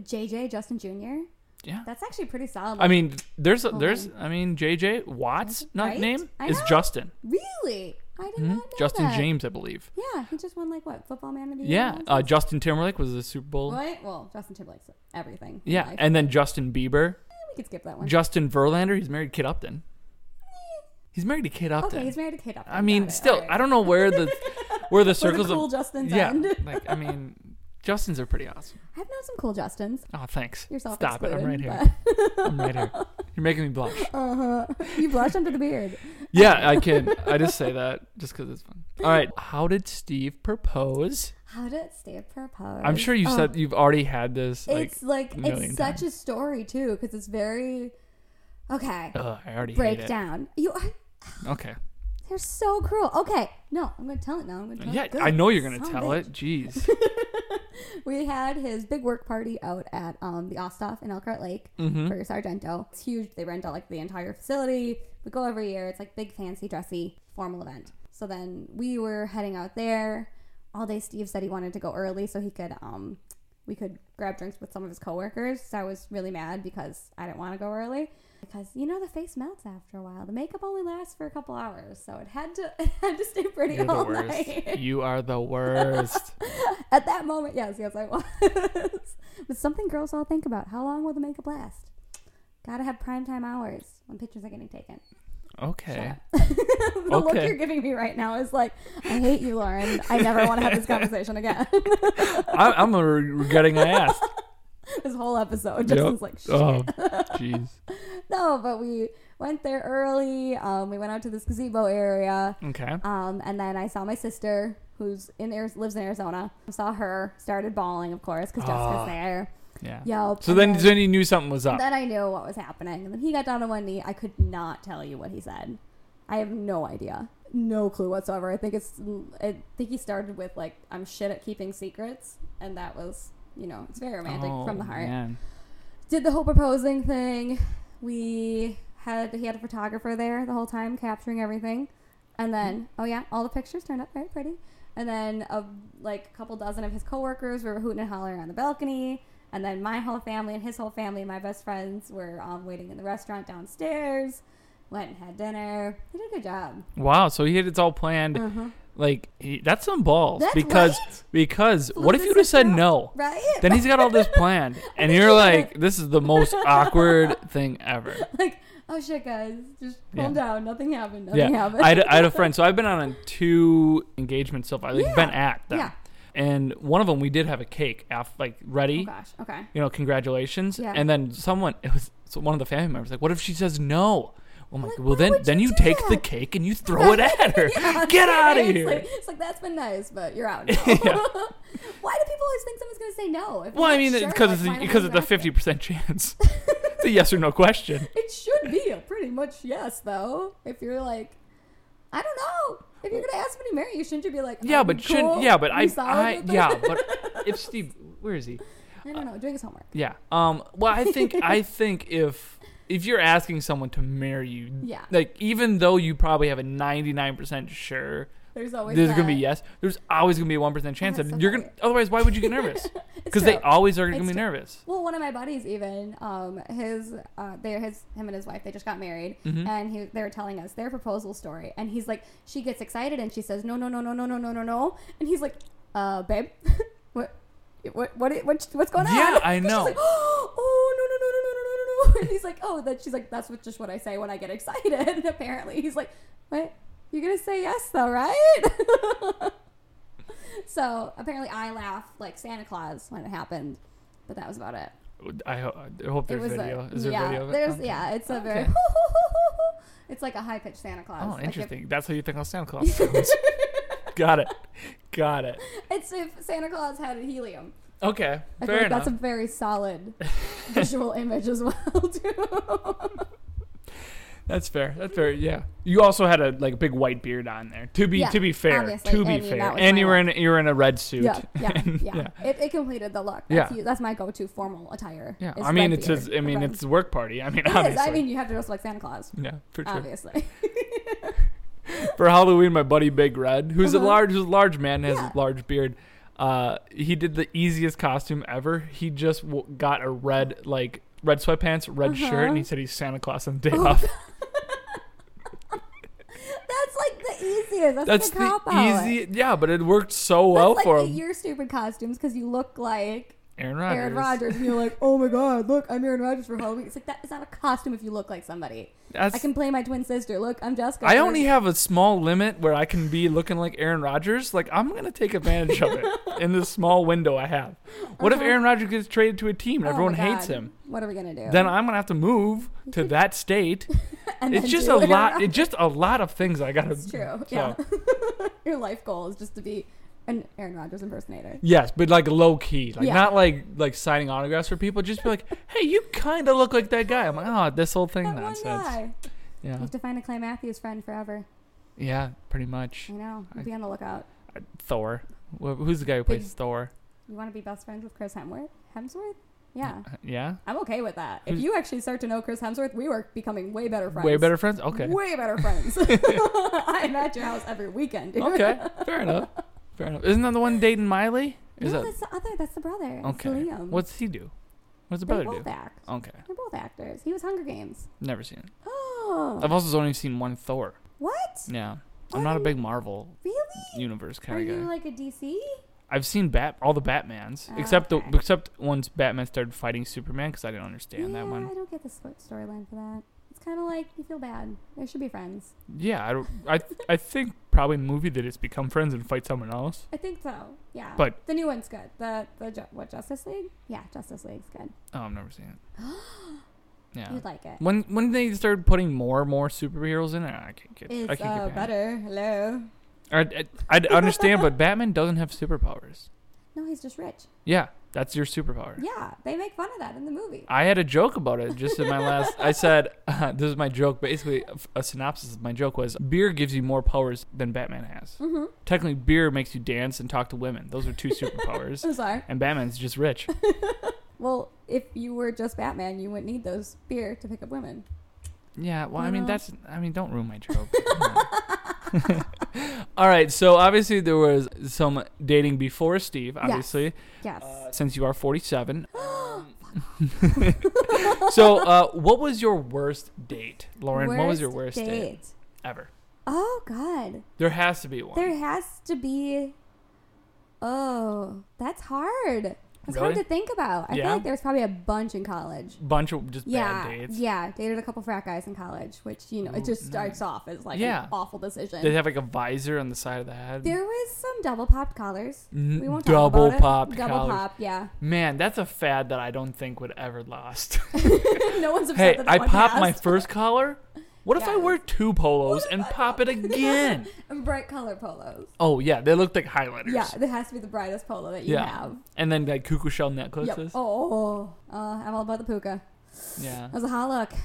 JJ, Justin Jr.
Yeah.
That's actually pretty solid.
I mean, there's, there's, I mean, JJ Watts, not
Right?
name
I
is
know.
Justin,
really? I did not know
Mm-hmm. Justin
that.
James, I believe.
Yeah, he just won like what football man of the year.
Yeah,
or
uh,
something?
Justin Timberlake was the Super Bowl.
Right? Well, Justin Timberlake's everything. in
Yeah,
life.
and then Justin Bieber,
we could skip that one.
Justin Verlander. He's married to Kid Upton. He's married to Kid Upton.
okay, he's married to Kate Upton.
I mean,
got it,
still,
alright.
I don't know where the where the
Where the
circles
cool
of
Justin's
yeah,
end.
like I mean, Justins are pretty awesome.
I've known some cool Justins.
Oh, thanks.
Yourself
Stop it. I'm right
excluded,
here. I'm right here. You're making me blush.
Uh-huh. You blush under the beard.
Yeah, I can. I just say that just because it's fun. All right. How did Steve propose?
How did Steve propose?
I'm sure you
Oh,
said you've already had this. Like,
it's like
a million
it's such a story too because it's very okay.
ugh, I already hate it.
Breakdown. You are
Okay.
they're so cruel. Okay, no, I'm gonna tell it now. I'm gonna tell
Yeah,
it. Good
I know you're gonna
son of
tell
a
it. Jeez.
we had his big work party out at um, the Ostoff in Elkhart Lake
Mm-hmm.
for Sargento. It's huge. They rent out like the entire facility. We go every year. It's like big, fancy, dressy, formal event. So then we were heading out there all day. Steve said he wanted to go early so he could um, we could grab drinks with some of his coworkers. So I was really mad because I didn't want to go early. Because you know the face melts after a while. The makeup only lasts for a couple hours, so it had to it had to stay pretty
You're the
all
worst.
night
You are the worst.
at that moment, yes, yes, I was. but something girls all think about: how long will the makeup last? Gotta have prime time hours when pictures are getting taken.
Okay.
the look
Okay.
you're giving me right now is like, I hate you, Lauren. I never want to have this conversation again.
I, I'm uh, regretting I asked.
this whole episode, Justin's
Yep.
like, Shit.
Oh, jeez.
no. But we went there early. Um, we went out to this gazebo area,
Okay.
um, and then I saw my sister, who's in Ari- lives in Arizona. I saw her, started bawling, of course, because
Ah.
Jessica's there.
Yeah.
Yep.
So
and
then, then you knew something was up.
Then I knew what was happening. And then he got down on one knee. I could not tell you what he said. I have no idea. No clue whatsoever. I think it's I think he started with like I'm shit at keeping secrets and that was, you know, it's very romantic
Oh,
from the heart.
man.
Did the whole proposing thing. We had he had a photographer there the whole time capturing everything. And then oh yeah, all the pictures turned up very pretty. And then a like a couple dozen of his coworkers were hooting and hollering on the balcony. And then my whole family and his whole family, and my best friends, were um, waiting in the restaurant downstairs. Went and had dinner. He did a good job.
Wow. So he had it all planned. Like he, that's some balls
Mm. That's
because
right.
because what if
this
you would have
is
said
not-
no?
Right?
Then he's got all this planned, and you're like, this is the most awkward thing ever.
like, oh shit, guys, just calm
Yeah.
down. Nothing happened. Nothing
Yeah,
happened.
I had, I had a friend. So I've been on two engagements so far. Like
Yeah.
been at them,
Yeah.
and one of them we did have a cake, af- like ready.
oh gosh. Okay.
you know, congratulations.
Yeah.
And then someone, it was so one of the family members, like, what if she says no? Well, I'm like,
Like,
well,
why
then,
would
then
you
you
do
take the
that?
cake and you throw it at her.
Yeah,
Get out of
it's
here.
Like, it's like that's been nice, but you're out. Now.
Yeah.
Why do people always think someone's gonna say no? If
well, I mean,
because
because it's because it's a fifty percent chance. it's a yes or no question.
It should be a pretty much yes, though. If you're like, I don't know. If you're gonna ask me to marry you, shouldn't you be like,
Yeah,
"Um,
but
cool,
shouldn't yeah, but
you
I,
solid
I
with it?"
yeah, but if Steve, where is he?
I don't know. Doing his homework.
Yeah. Um. Well, I think I think if if you're asking someone to marry you,
Yeah.
like even though you probably have a ninety nine percent sure
There's always
there's gonna be
that.
yes. There's always gonna be a one percent chance
That's
that
so
you're gonna.
funny.
Otherwise, why would you get nervous?
It's
Because they
true.
always are gonna
It's
be
true.
nervous.
Well, one of my buddies, even um, his, uh, they his him and his wife, they just got married, and he, they were telling us their proposal story, and he's like, she gets excited and she says, no, no, no, no, no, no, no, no, no, and he's like, uh, babe, what, what, what, what, what's going on?
Yeah, I
And she's
know.
like, oh no, no, no, no, no, no, no, no, no, and he's like, oh, that she's like, that's what just what I say when I get excited. And apparently, he's like, what, you're gonna say yes though, right? so apparently, I laughed like Santa Claus when it happened. But that was about it.
I, ho- I hope
It
there's
was
video.
A,
Is there
yeah,
video of it?
There's,
Okay.
Yeah, it's a very.
Okay.
it's like a high pitched Santa Claus.
Oh,
Like if-
interesting. That's how you think of Santa Claus. sounds. Got it. Got it.
it's if Santa Claus had helium.
Okay. Fair
I feel like
enough.
that's a very solid visual image as well, too.
That's fair. That's fair. Yeah. You also had a like big white beard on there. To be
Yeah,
to be fair.
obviously,
To be
and, you know, that
fair.
was
And
my
you were in you were in a red suit.
yeah, yeah, yeah.
Yeah.
It, it completed the look. That's,
Yeah.
you- that's my go to formal attire.
Yeah.
is
I mean,
red
it's
beard
his, I mean,
around.
it's a work party. I mean,
It is.
obviously.
I mean, you have to dress like Santa Claus,
yeah, for sure.
obviously.
for Halloween, my buddy Big Red, who's a
Uh-huh.
large, who's a large man, has
Yeah.
a large beard. Uh, he did the easiest costume ever. He just w- got a red, like red sweatpants, red shirt, and he
Uh-huh. Oh,
said he's Santa Claus on the day off.
that's like the easiest. That's,
That's
like a
the
cop out.
easy, yeah, but it worked so well
That's
for
like
him.
your stupid costumes because you look like
Aaron Rodgers.
Aaron Rodgers, and you're like, oh my god, look, I'm Aaron Rodgers for Halloween. It's like that is not a costume if you look like somebody.
That's,
I can play my twin sister. Look, I'm Jessica.
I
We're-
only have a small limit where I can be looking like Aaron Rodgers. Like I'm gonna take advantage of it in this small window I have. What if
Uh-huh.
Aaron Rodgers gets traded to a team and
Oh
everyone
my
hates
God.
him?
What are we gonna do?
Then I'm gonna have to move to that state
And
it's
then
just a
do Aaron
lot.
Rodgers.
It's just a lot of things I gotta.
It's true.
so-
Yeah. Your life goal is just to be an Aaron Rodgers impersonator.
Yes, but like low key, like
Yeah.
not like like signing autographs for people. Just be like, hey, you kind of look like that guy. I'm like, oh, this whole thing
That one
nonsense.
guy. You
Yeah,
have to find a Clay Matthews friend forever.
yeah, pretty much. Uh,
I know. Be on the lookout.
Thor. Wh- Who's the guy who
Big-
plays Thor?
You want to be best friends with Chris Hemsworth? Hemsworth? Yeah.
Uh, Yeah,
I'm okay with that. If
Who's-
you actually start to know Chris Hemsworth, we were becoming way better friends.
way better friends. Okay,
Way better friends. I'm at your house every weekend. Dude.
okay, fair enough, fair enough. Isn't that the one dating Miley? Is
no,
that
that's the other. That's the brother. It's
okay?
Liam.
What's he do? What's the
they
brother
both
do?
act.
Okay,
They're both actors. He was Hunger Games.
never seen it.
Oh.
I've also only seen one Thor.
what?
Yeah, I'm not a
Um,
big Marvel
Really?
universe
Are
kind of guy.
you like a DC?
I've seen Bat all the Batmans
Oh,
except the
okay.
except once Batman started fighting Superman because I didn't understand
yeah,
that one.
I don't get the sw- storyline for that. It's kind of like you feel bad. They should be friends.
Yeah, I, don't- I, I think probably in the movie they just become friends and fight someone else.
I think so. Yeah.
But-
the new one's good. The the Ju- what Justice League? Yeah, Justice League's good.
Oh, I've never seen it. Yeah.
You'd like it.
When when they started putting more and more superheroes in there, I can't get. I
It's
can't
uh,
get behind it.
better. Hello.
I'd, I'd I'd understand, but Batman doesn't have superpowers.
No, he's just rich.
Yeah, that's your superpower.
Yeah, they make fun of that in the movie.
I had a joke about it just in my last. I said, uh, "This is my joke." Basically, a synopsis of my joke was: beer gives you more powers than Batman has.
Mm-hmm.
Technically, beer makes you dance and talk to women. Those are two superpowers,
I'm sorry.
and Batman's just rich.
Well, if you were just Batman, you wouldn't need those beer to pick up women.
Yeah, well, I
You
mean,
know?
that's. I mean, don't ruin my joke. Come on. All right, so obviously there was some dating before Steve, obviously, uh,
Yes.
since you are 47. so, uh, what was your worst date, Lauren? what was your worst date, ever?
Oh God,
There has to be one.
there has to be. Oh, that's hard. That's hard
Really?
to think about. I
Yeah?
feel like there's probably a bunch in college.
bunch of just
Yeah,
bad dates.
yeah. Dated a couple frat guys in college, which you know it
Ooh,
just starts off as like
Yeah.
an awful decision.
They have like a visor on the side of the head.
there was some double popped collars.
N-
We won't talk
double
about it.
popped
Double
collars.
pop, yeah.
Man, that's a fad that I don't think would ever last.
no one's upset
hey,
that that
I
one
popped my
passed.
first collar. What if I
Yeah.
wear two polos and pop it again?
And bright color polos.
Oh yeah, they look like highlighters.
Yeah, it has to be the brightest polo that you
Yeah.
have.
And then like cuckoo shell
Yep.
necklaces.
Oh, uh, I'm all about the puka.
Yeah.
That was a hot look.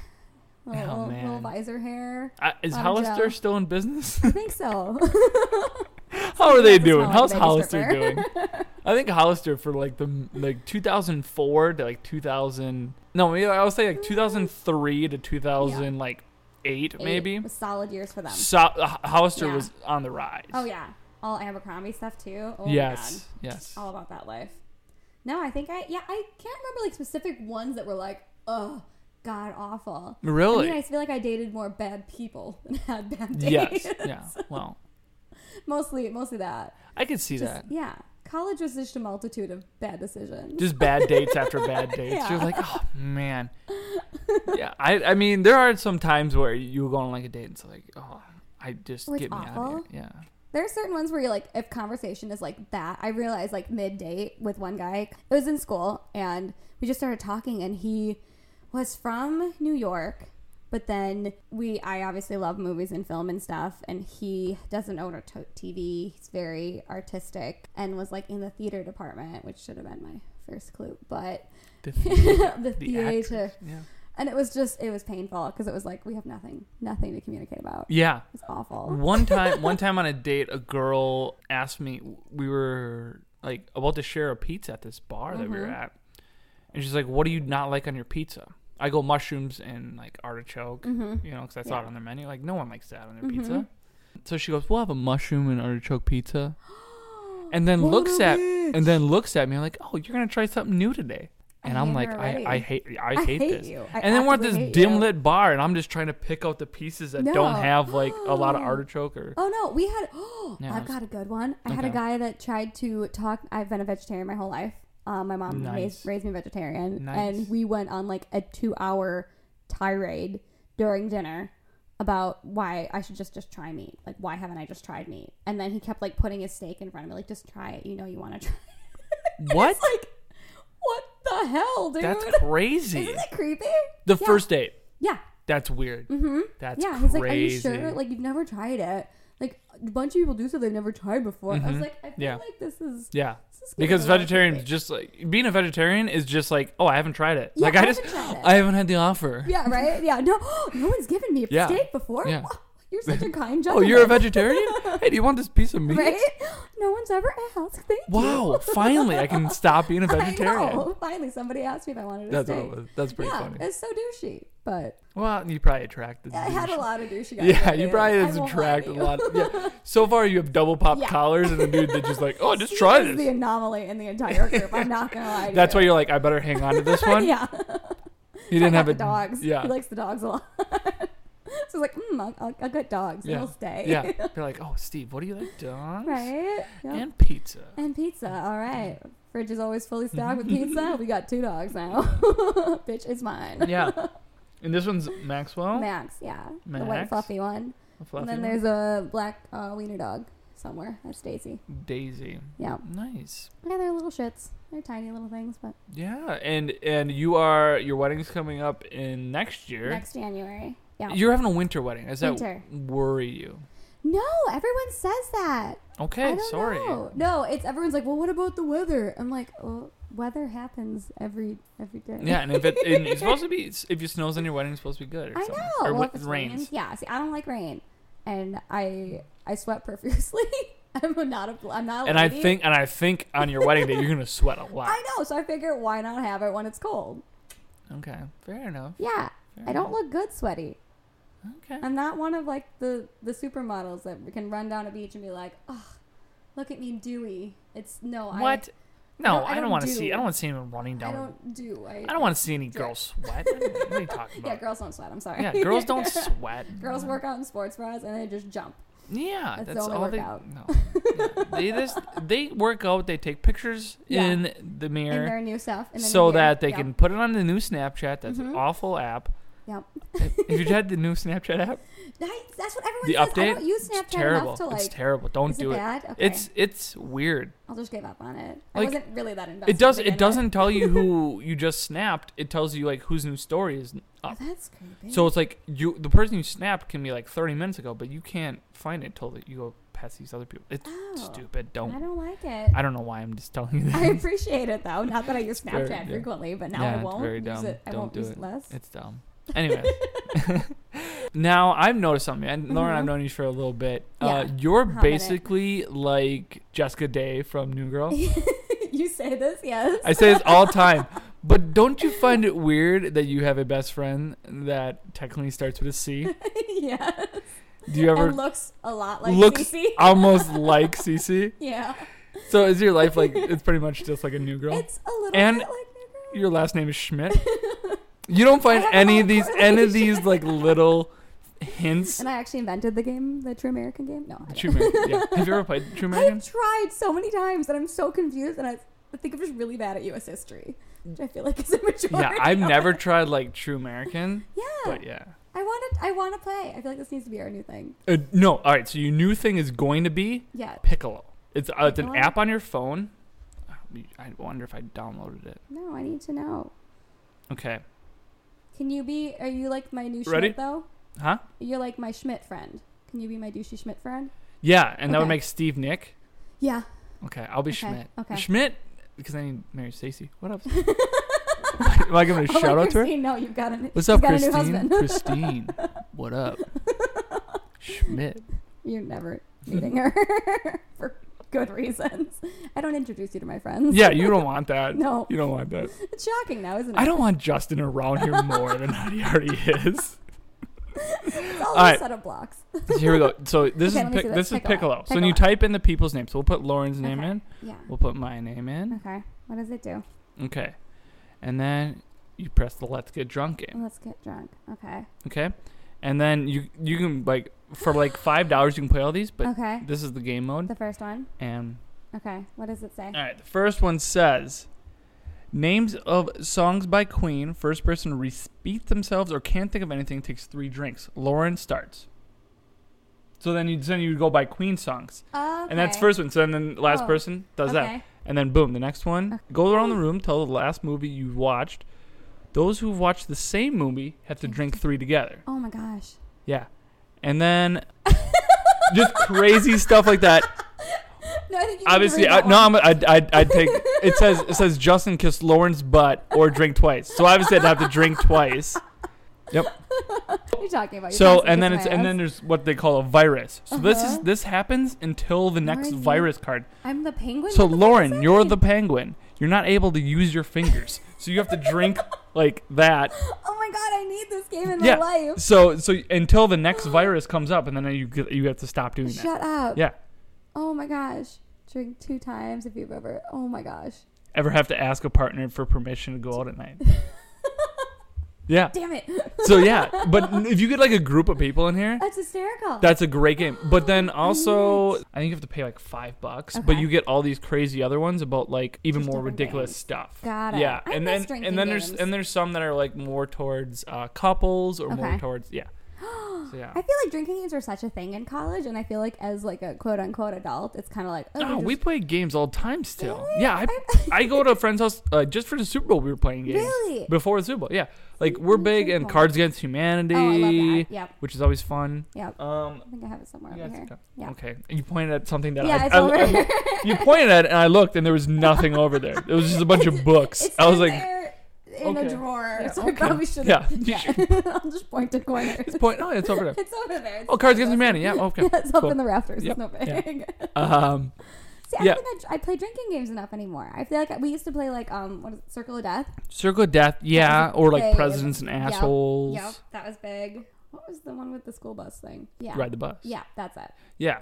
Little,
Oh,
little- little
man.
visor hair.
I, Uh, is
Lot of
Hollister
gel.
still in business?
I think so.
How are they
That's a
doing?
small
How's
baby
Hollister
stripper.
doing? I think Hollister for like the like 2004 to like 2000. No, maybe I would say like 2003 to 2000 like eight, maybe.
Eight was solid years for them.
So, uh, Hollister
Yeah.
was on the rise.
Oh yeah, all Abercrombie stuff too. Oh, my
yes. Yes.
God. all about that life. No, I think I yeah I can't remember like specific ones that were like oh god awful.
Really?
I mean, I feel like I dated more bad people than had bad dates.
yes. Yeah. Well,
mostly mostly that.
I could see
Just,
that.
Yeah, college was just a multitude of bad decisions.
Just bad dates after bad dates.
Yeah.
You're like, oh man. Yeah. I I mean, there are some times where you go on like a date and it's like, oh, I just
Well, it's
get me out
awful.
of here. Yeah.
There are certain ones where you're like, if conversation is like that, I realized like mid date with one guy, it was in school and we just started talking and he was from New York, but then we, I obviously love movies and film and stuff and he doesn't own a to- TV. He's very artistic and was like in the theater department, which should have been my first clue, but
The,
the,
the
theater.
actress. Yeah.
And it was just, it was painful because it was like, we have nothing, nothing to communicate about.
Yeah.
It's awful.
One time, one time on a date, a girl asked me. We were like about to share a pizza at this bar that we were at, and she's like, "What do you not like on your pizza?" I go mushrooms and like artichoke,
Mm-hmm.
you know, because I saw it
Yeah.
on their menu. Like no one likes that on their pizza. So she goes, "We'll have a mushroom and artichoke pizza," and then
What
looks
a
at
bitch.
and then looks at me like, "Oh, you're gonna try something new today."
I
And
hate
I'm
her
like, I,
already.
I hate, I hate,
I hate
this.
you. I
and then we're at this
actively hate you.
dim lit bar, and I'm just trying to pick out the pieces that don't
No.
have like a lot of artichoke or
Oh no, we had.
Yeah,
I've
it's-
got a good one. I had a
Okay.
guy that tried to talk. I've been a vegetarian my whole life. Uh, my mom
Nice.
raised, raised me vegetarian,
Nice.
and we went on like a two-hour tirade during dinner about why I should just just try meat. Like, why haven't I just tried meat? And then he kept like putting his steak in front of me, like, just try it. You know, you want to try. It.
What?
It's like, what the hell, dude?
That's crazy.
Isn't it creepy?
The
Yeah.
first date.
Yeah.
That's weird. Mm-hmm. That's
yeah,
crazy.
he's like, "Are you sure? Like, you've never tried it? Like, a bunch of people do so they've never tried before." I was like, "I feel
Mm-hmm. Yeah.
like this is
yeah.
this is getting
Because
a little
vegetarian
creepy.
just like being a vegetarian is just like, oh, I haven't tried it.
Yeah,
like
I
I, just
haven't tried it.
I haven't had the offer.
Yeah, right. Yeah, no, no one's given me a
Yeah.
steak before.
Yeah.
You're such a kind
Oh,
gentleman.
you're a vegetarian? hey, do you want this piece of meat?
right? No one's ever asked. Thank you.
Wow, finally I can stop being a
I
vegetarian.
know. Finally, somebody asked me if I wanted a
That's what
steak.
it was. That's pretty
yeah,
funny.
it's so douchey, but
Well, you probably attracted
I had a
douche.
lot of douchey guys.
Yeah,
that
you
day.
probably
I
has
won't lie to
attracted a
you.
lot. Yeah. So far you have double pop
Yeah.
collars and a dude that just like, oh, just
Steve
try
is
this.
The anomaly in the entire group. I'm not gonna lie. To
That's
you.
why you're like, I better hang on to this one.
yeah.
He didn't
I
have
got
a
the dogs.
Yeah.
He likes the dogs a lot. so it's like, mm, I'll, I'll, I'll get dogs.
yeah.
They'll stay.
Yeah. Be like, oh, Steve, what do you like? Dogs?
right? Yep. And,
And pizza.
pizza. All right. Fridge is always fully stocked with pizza. We got two dogs now. Bitch is mine.
Yeah. And this one's Maxwell.
Max, yeah, the white
Max?
fluffy one.
A fluffy
and then
one?
there's a black uh, wiener dog somewhere. That's Daisy.
Daisy.
Yeah,
Nice.
yeah, they're little shits. They're tiny little things, but
Yeah, and and you are your wedding's coming up in next year.
next January. Yeah.
You're having a winter wedding. Does
Winter.
that worry you?
no, everyone says that. I
Okay,
don't
sorry.
know. No, it's everyone's like, well, what about the weather? I'm like, oh, weather happens every every day.
Yeah, and if it and it's supposed to be if it snows on your wedding, it's supposed to be good. Or
I
something.
know.
Or
well,
what
if it's
rains.
raining- yeah. See, I don't like rain, and I I sweat profusely. I'm not a I'm not. A
And I
lady.
think and I think on your wedding day you're gonna sweat a lot.
I know. So I figure, why not have it when it's cold?
Okay, fair enough.
Yeah.
Fair
I don't look good sweaty.
Okay.
I'm not one of like the the supermodels that can run down a beach and be like, oh, look at me dewy. It's no.
what? No, I
I
don't,
don't
want to
do-
see. I don't want to see him running
I, I
down. I don't,
don't do. I,
want to see any
Sorry.
girls sweat. what are you talking
Yeah,
about?
girls don't sweat. I'm sorry.
Yeah, girls don't sweat.
Girls work out in sports bras and they just jump.
Yeah,
That's
that's,
the only
all they.
workout.
No, Yeah. they just they work out. They take pictures
Yeah.
in the
in
mirror
their new stuff. And then
so
you get-
that they
yeah.
can put it on the new Snapchat. That's an
Mhm.
awful app.
Yep.
If you had the new Snapchat app,
I- that's what everyone
the
says.
update,
I don't use Snapchat
it's terrible.
enough to like.
it's terrible. Don't
is
do
it
it.
bad? Okay.
It's it's weird.
I'll just give up on it. I
Like,
wasn't really that invested.
It does.
to
It
begin with.
doesn't tell you who you just snapped. It tells you like whose new story is
Oh,
up.
that's creepy.
So it's like you, the person you snapped can be like 30 minutes ago, but you can't find it till you go past these other people. It's
oh,
stupid. Don't.
I don't like it.
I don't know why I'm just telling you
I
this.
appreciate it though. Not that I use
very-
Snapchat
yeah.
frequently, but now
Yeah,
I
it's
won't
very
use
dumb.
it. I
Don't
won't
do
use
it.
less.
It's dumb. Anyway. now I've noticed something, and Lauren, I've
Mhm.
known you for a little bit. Uh,
Yeah.
you're
Hot minute.
basically like Jessica Day from New Girl.
you say this, yes.
I say this all the time. But don't you find it weird that you have a best friend that technically starts with a C?
yeah.
Do you ever
And looks a lot like
Looks-
Cece.
almost like CC?
yeah.
So is your life like it's pretty much just like a new girl?
It's a little
And-
bit like
your last name is Schmidt. You don't find
have
any
no
of these any of these like little hints.
And I actually invented the game, the True American game. No, I
True American. Yeah. Have you ever played True American?
I've tried so many times and I'm so confused and I I think I'm just really bad at U.S. history, which I feel like is a majority.
Yeah, I've
of
never
it.
tried like True American,
Yeah,
but yeah.
I want to. I want to play. I feel like this needs to be our new thing.
Uh, no, all right. So your new thing is going to be
Yeah.
Piccolo. It's uh, it's an
Piccolo?
app on your phone. I wonder if I downloaded it.
No, I need to know.
Okay.
Can you be? Are you like my new
Ready?
Schmidt though?
Huh?
You're like my Schmidt friend. Can you be my douchey Schmidt friend?
Yeah, and that would
Okay.
make Steve Nick.
Yeah.
Okay, I'll be
Okay,
Schmidt.
okay.
Schmidt, because I need to marry Stacy. What up? Am I giving a
Oh,
shout out to her?
Christine, No, you've got a.
What's
she's
up,
got A new
Christine?
husband.
Christine, what up? Schmidt.
You're never meeting her for good reasons. I don't introduce you to my friends.
Yeah, you don't want that.
No,
You don't want that.
it's shocking now, isn't it?
I don't want Justin around here more than he already is.
It's all,
All
a
right.
set of blocks.
Here we go. So this
Okay,
is
let me
pic-
see.
this
That's
is
Piccolo.
Piccolo. So when you
Piccolo.
type in the people's name. So we'll put Lauren's name
Okay.
in.
Yeah.
We'll put my name in.
Okay. What does it do?
Okay, and then you press the Let's Get Drunk game.
Let's get drunk. Okay.
Okay, and then you you can like for like five dollars you can play all these, but
okay.
this is the game mode.
The first one.
And
Okay. What does it say?
all right, the first one says names of songs by Queen. First person to repeat themselves or can't think of anything takes three drinks. Lauren starts. So then you then you go by Queen songs,
Okay.
and that's first one. So then the last
Oh,
person does that.
Okay.
And then boom, the next one.
Okay.
Go around the room, tell the last movie you watched. Those who've watched the same movie have to drink three together.
Oh my gosh.
Yeah. And then just crazy stuff like that.
No, I think you
Obviously,
I,
I, no, I'm, I'd, I'd, I'd take it says it says Justin kissed Lauren's butt or drink twice. So obviously, I'd have to drink twice.
What are you talking about? You're
So
constantly
and then it's
kissing
and
my
then
ass.
there's what they call a virus. So this is
Uh-huh.
this happens until the next
Are you-
virus card.
I'm the penguin.
So
What the fuck does
Lauren,
that
you're
mean?
the penguin. You're not able to use your fingers, so you have to drink like that.
Oh my god, I need this game in
Yeah.
my life.
So so until the next virus comes up, and then you get- you have to stop doing that.
Shut up.
Yeah.
Oh my gosh. Drink two times if you've ever. Oh my gosh.
Ever have to ask a partner for permission to go out at night? Yeah.
Damn it.
So yeah, but n- if you get like a group of people in here,
That's hysterical.
that's a great game. But then also, I think you have to pay like five bucks, but
Okay.
you get all these crazy other ones about like even
Just
more
different
ridiculous
games.
stuff.
Got it.
Yeah,
I
and
miss
then
drinking
and then there's
games.
and there's some that are like more towards uh, couples or more
Okay.
towards yeah. So yeah.
I feel like drinking games are such a thing in college, and I feel like as like a quote unquote adult, it's kind of like oh,
No,
just-
Ah, we play games all the time still.
Really?
Yeah, I,
I-
I go to a friend's house uh, just for the Super Bowl. We were playing games
Really?
before the Super Bowl. Yeah, like we're
the
big
Super
and
Bowl.
Cards Against Humanity,
oh, I love that. Yep,
which is always fun.
yep.
Um,
I think I have it somewhere
yeah,
over
it's
here.
okay.
Yeah.
okay. You pointed at something that
yeah,
I,
it's
I-
over.
I- you pointed at it and I looked and there was nothing over there. It was just a bunch of books.
it's
I was
in
like,
there in
okay.
a drawer,
Yeah,
so I
okay.
probably should.
Yeah, you
I'll just point to corners.
it's point. Oh, it's over there.
It's over there. It's
Oh, Cards Against
over there.
Humanity. Yeah, okay.
Yeah, it's
cool.
up in the rafters.
Yep,
It's not
yeah.
big.
Um,
See, I
Yeah.
don't think I, I play drinking games enough anymore. I feel like we used to play like um, what is it, Circle of Death?
Circle of Death. Yeah, or like
Save.
presidents and
Yep,
assholes.
Yep, that was big. What was the one with the school bus thing? Yeah,
Ride the bus.
Yeah, that's it.
Yeah,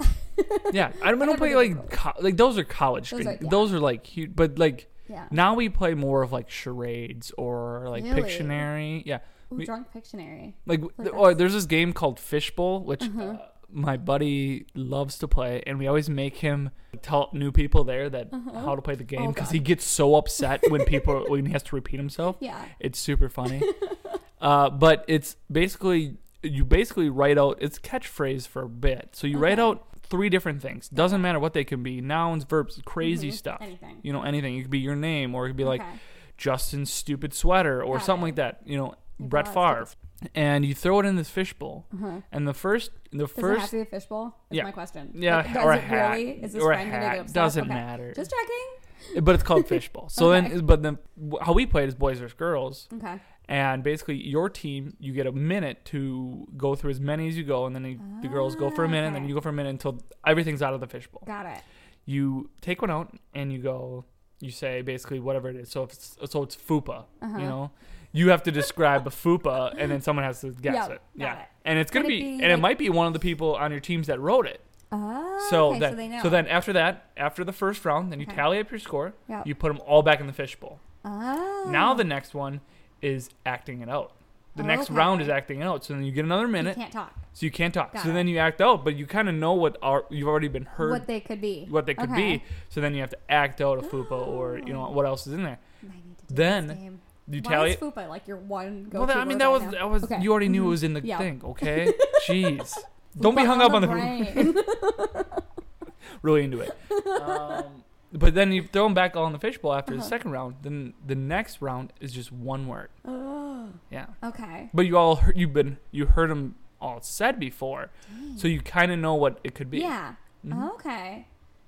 yeah. I don't, we don't
I never
play
did
like
those.
co- like those are college.
Those
Those,
are- yeah.
those are like huge, but like
Yeah.
now we play more of like charades or like
Really?
Pictionary. Yeah,
Ooh,
we-
drunk Pictionary.
like th-
that's-
or there's this game called Fishbowl, which
Mm-hmm.
uh, my buddy loves to play, and we always make him tell new people there that how to play the game
Oh,
because
God.
he gets so upset when people when he has to repeat himself.
Yeah.
It's super funny. uh, but it's basically you basically write out it's catchphrase for a bit. So you write
Okay.
out three different things. Doesn't matter what they can be. Nouns, verbs, crazy stuff.
Mhm. Anything.
You know, anything. It could be your name or it could be like
Mm-hmm. Okay.
Justin's stupid sweater or
Got
something
it.
like that. You know,
Your
Brett Favre.
balls.
And you throw it in this fishbowl.
Uh-huh.
And the first the
Does it have
first
to be a fishbowl? That's
Yeah.
my question.
Yeah,
Like, does
or a
it
hat.
Really? Is this
Or a
friend gonna
hat.
get upset?
Doesn't
Okay.
matter.
Just checking.
but it's called fishbowl. So
Okay.
then but then wh- how we played is boys versus girls.
Okay.
and basically your team you get a minute to go through as many as you go and then you- the girls go for a minute and then
Ah.
you go for a minute until everything's out of the fishbowl
Got it.
you take one out and you go you say basically whatever it is so if it's so it's fupa
Uh-huh.
you know you have to describe a fupa and then someone has to guess
Yeah,
it
got
yeah
it.
and it's gonna
Would it
be,
be
and it
like-
might be one of the people on your teams that wrote it
Oh,
so
okay,
then
so they know.
then after that after the first round then you
Okay.
tally up your score
Yep.
you put them all back in the fishbowl
Oh.
now the next one is acting it out. The next
Okay.
round is acting it out. So then you get another
you
minute,
can't talk.
so you can't talk.
Got
so
it.
then you act out, but you kind of know what are, you've already been heard,
What they could be.
what they could
Okay.
be. So then you have to act out a fupa or you know what else is in there.
I need to do
Then,
this game.
You
Why
tally.
is fupa like your one go?
well, that, I mean that was that was you already knew it was in the
Mm-hmm. Yeah.
thing. Okay, jeez, don't be hung up on the really into it. Um, but then you throw them back all in the fishbowl after
Uh-huh.
the second round. Then the next round is just one word.
oh,
Yeah.
okay.
But you all heard, you've been you heard them all said before, so you kind of know what it could be.
Yeah. Uh-huh.
Mhm.
Okay.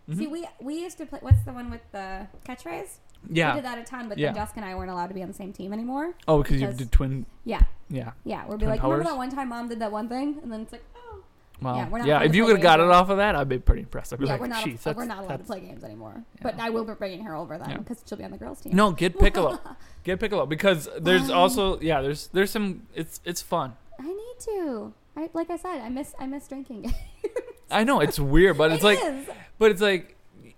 Mhm.
See, we we used to play. What's the one with the catchphrase?
Yeah.
We did that a ton, but
Yeah.
then Jessica and I weren't allowed to be on the same team anymore.
oh, because you
because-
did twin.
Yeah.
Yeah.
Yeah. We'd be
Twin
like,
Towers?
remember that one time mom did that one thing, and then it's like, oh,
Wow.
Yeah,
Yeah.
we're not allowed
if
to
you
play
could have got it
games.
off of that, I'd be pretty impressed. I'd be
yeah,
like,
we're not
jeez,
uh,
that's,
we're not allowed to
that's-
play games anymore. But
Yeah.
I will be bringing her over then
Yeah.
because she'll be on the girls team.
No, get Piccolo. get Piccolo because there's also yeah, there's there's some it's it's fun.
I need to. I like I said, I miss I miss drinking. games.
I know it's weird, but it's
It
like
is.
but it's like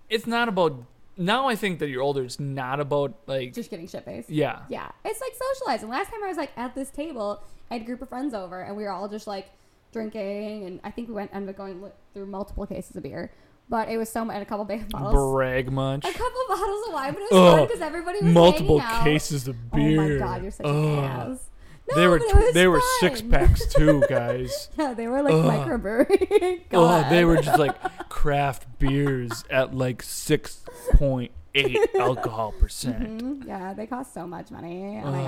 it's not about now I think that you're older, it's not about like
just getting shit faced.
yeah.
Yeah, it's like socializing. Last time I was like at this table, I had a group of friends over, and we were all just like drinking, and I think we went ended up going li- through multiple cases of beer, but it was so much, and a couple big bottles,
Brag much.
a couple bottles of wine, but it was
Ugh,
fun because everybody was
Multiple
hanging out.
cases of beer.
Oh my god, you're such
Ugh.
an ass. No,
they were
but it
tw-
was
they were
fun.
six packs too, guys.
Yeah, they were like
Ugh.
microbrewery.
oh,
God.
they were just like craft beers at like six point eight alcohol percent.
Mhm, Yeah, they cost so much money. Oh,
Oh,
my
my-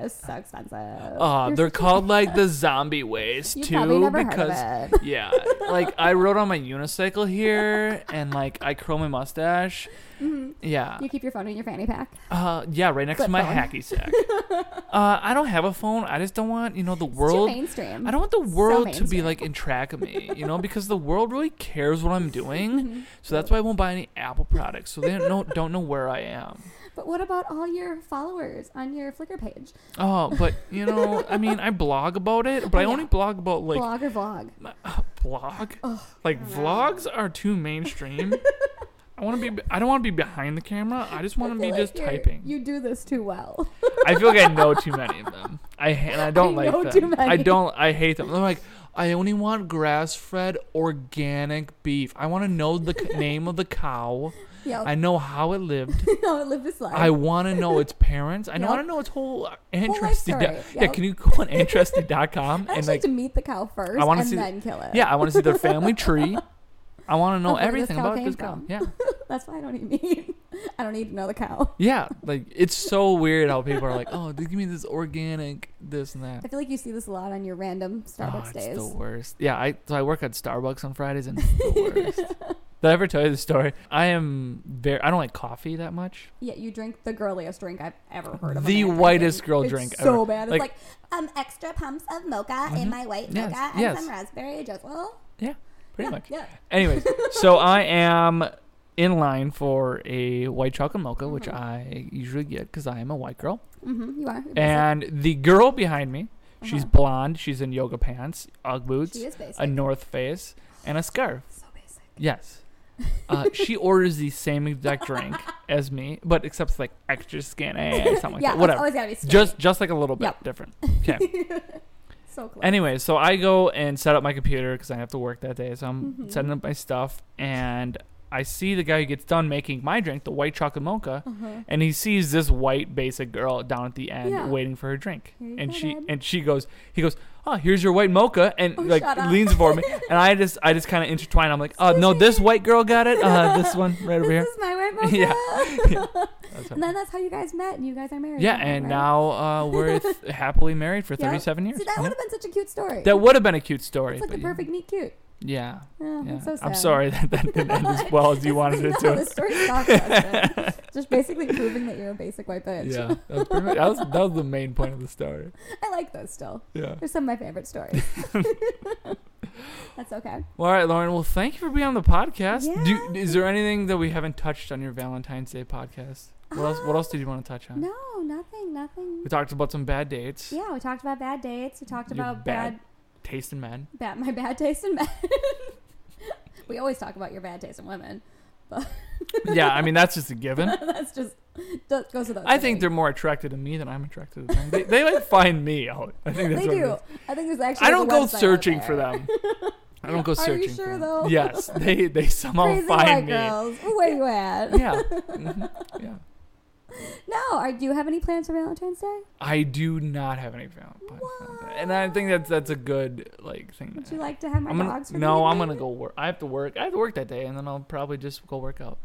god, so expensive.
Uh,
You're
they're
such a-
called like the zombie waste
You've probably
too,
never heard of
because
it.
yeah, like I rode on my unicycle here and like I curl my mustache. Yeah,
Mm-hmm. You keep your phone in your fanny pack.
uh, yeah, right next to
Flip
my
phone.
hacky sack. uh, I don't have a phone. I just don't want you know the world.
It's too mainstream.
I don't want the world to be
mainstream.
like in track of me, you know, because the world really cares what I'm
Mm-hmm.
doing. So that's why I won't buy any Apple products. So they don't know, don't know where I am.
But what about all your followers on your Flickr page?
Oh, but you know, I mean, I blog about it, but I
Yeah.
only blog about like
blog or vlog?
blog. uh, like vlogs are too mainstream. I want to be. I don't want to be behind the camera. I just want to
I
be
feel
just
like you're-
typing.
You do this too well.
I feel like I know too many of them. I ha- and I don't
I
like
know
them.
too many.
I don't. I hate them. They're like, I only want grass-fed organic beef. I want to know the c- name of the cow.
Yeah,
I know how it lived.
no, it lived this life.
I want to know its parents. I
Yep.
want to know its whole
life
ancestry.
story.
Yeah,
Yep.
can you go on ancestry.com
I
and
actually
like,
have to meet the cow first
I wanna
and
see the-
then kill it.
yeah, I want to see their family tree. I want to know
Of where this
everything
cow
about
came
this cow.
from.
Yeah.
That's why I don't eat meat. I don't need to know the cow.
Yeah, like it's so weird how people are like, "Oh, they give me this organic, this and that."
I feel like you see this a lot on your random
Oh, it's
Starbucks days.
the worst. Yeah, I so I work at Starbucks on Fridays, and it's the worst. Did I ever tell you the story? I am very. I don't like coffee that much.
Yeah, you drink the girliest drink I've ever heard of.
The
American
whitest
drink.
girl
It's
drink
So
ever.
bad. It's
Like- Mm-hmm.
like, um, extra pumps of mocha in my white
Yes,
mocha and
yes.
some raspberry drizzle.
Yeah, pretty
yeah,
much.
Yeah.
Anyways, so I am in line for a white chocolate mocha, which I usually get because I am a white girl.
Mm-hmm, you are. You're
And the girl behind me, she's
Uh-huh.
blonde. She's in yoga pants, UGG
basic. she
boots,
is basic.
a North Face, and a scarf.
so basic.
Yes. Uh, she orders the same exact drink as me, but except it's like extra skinny or something like
yeah,
that.
it's
Whatever.
Always gotta be skinny.
Just just like a little bit
Yep.
different. Okay.
so close.
Anyway, so I go and set up my computer because I have to work that day. So I'm
Mhm.
setting up my stuff, and I see the guy who gets done making my drink, the white chocolate mocha,
Uh-huh.
and he sees this white basic girl down at the end
Yeah.
waiting for her drink,
Here you
and
go,
she
bud.
and she goes, he goes, oh, here's your white mocha, and
Oh,
like
shut up.
leans for me, and I just I just kind of intertwine. I'm like, oh no, this white girl got it. Uh, this one right over here.
This is my white mocha.
Yeah. Yeah.
and then that's how you guys met, and you guys are married.
Yeah,
now,
and
right?
now uh, we're th- happily married for
Yep.
37 years.
See, that
Yeah.
would have been such a cute story.
That would have been a cute story.
it's like the
but you-
perfect meet cute.
Yeah.
Yeah,
Yeah.
It's so sad.
I'm sorry that that didn't end as well as you wanted it
No,
to.
the story sucks, Justin. Just basically proving that you're a basic white bitch.
Yeah, that was, pretty much- that was that was the main point of the story.
I like those still.
Yeah.
They're some of my favorite stories. That's okay.
Well, all right, Lauren. Well, thank you for being on the podcast. Do,
Yeah.
is there anything that we haven't touched on your Valentine's Day podcast? What else? What else did you want to touch on?
No, nothing, nothing.
We talked about some bad dates,
Yeah, we talked about bad dates. We talked
Your
about
bad-
bad,
taste in men.
bad, my bad taste in men. we always talk about your bad taste in women.
yeah, I mean that's just a given.
That's just that goes without.
I think
saying.
they're more attracted to me than I'm attracted to them. They, they like find me out. I think that's
They
what it
do.
is.
I think there's actually.
I don't
like, a
go
website out
searching
there.
for them. I don't go
Are you
searching. for
sure,
them.
though?
Yes, they they somehow
Crazy white
find me.
girls. Where you at?
Yeah, Mhm. yeah.
No, are, do you have any plans for Valentine's Day?
I do not have any val- plans. for that. And I think that's that's a good like thing.
Would
to
you
have.
like to have my
I'm gonna,
dogs? For
no,
the
I'm
evening?
gonna go work. I have to work. I have to work that day, and then I'll probably just go work out.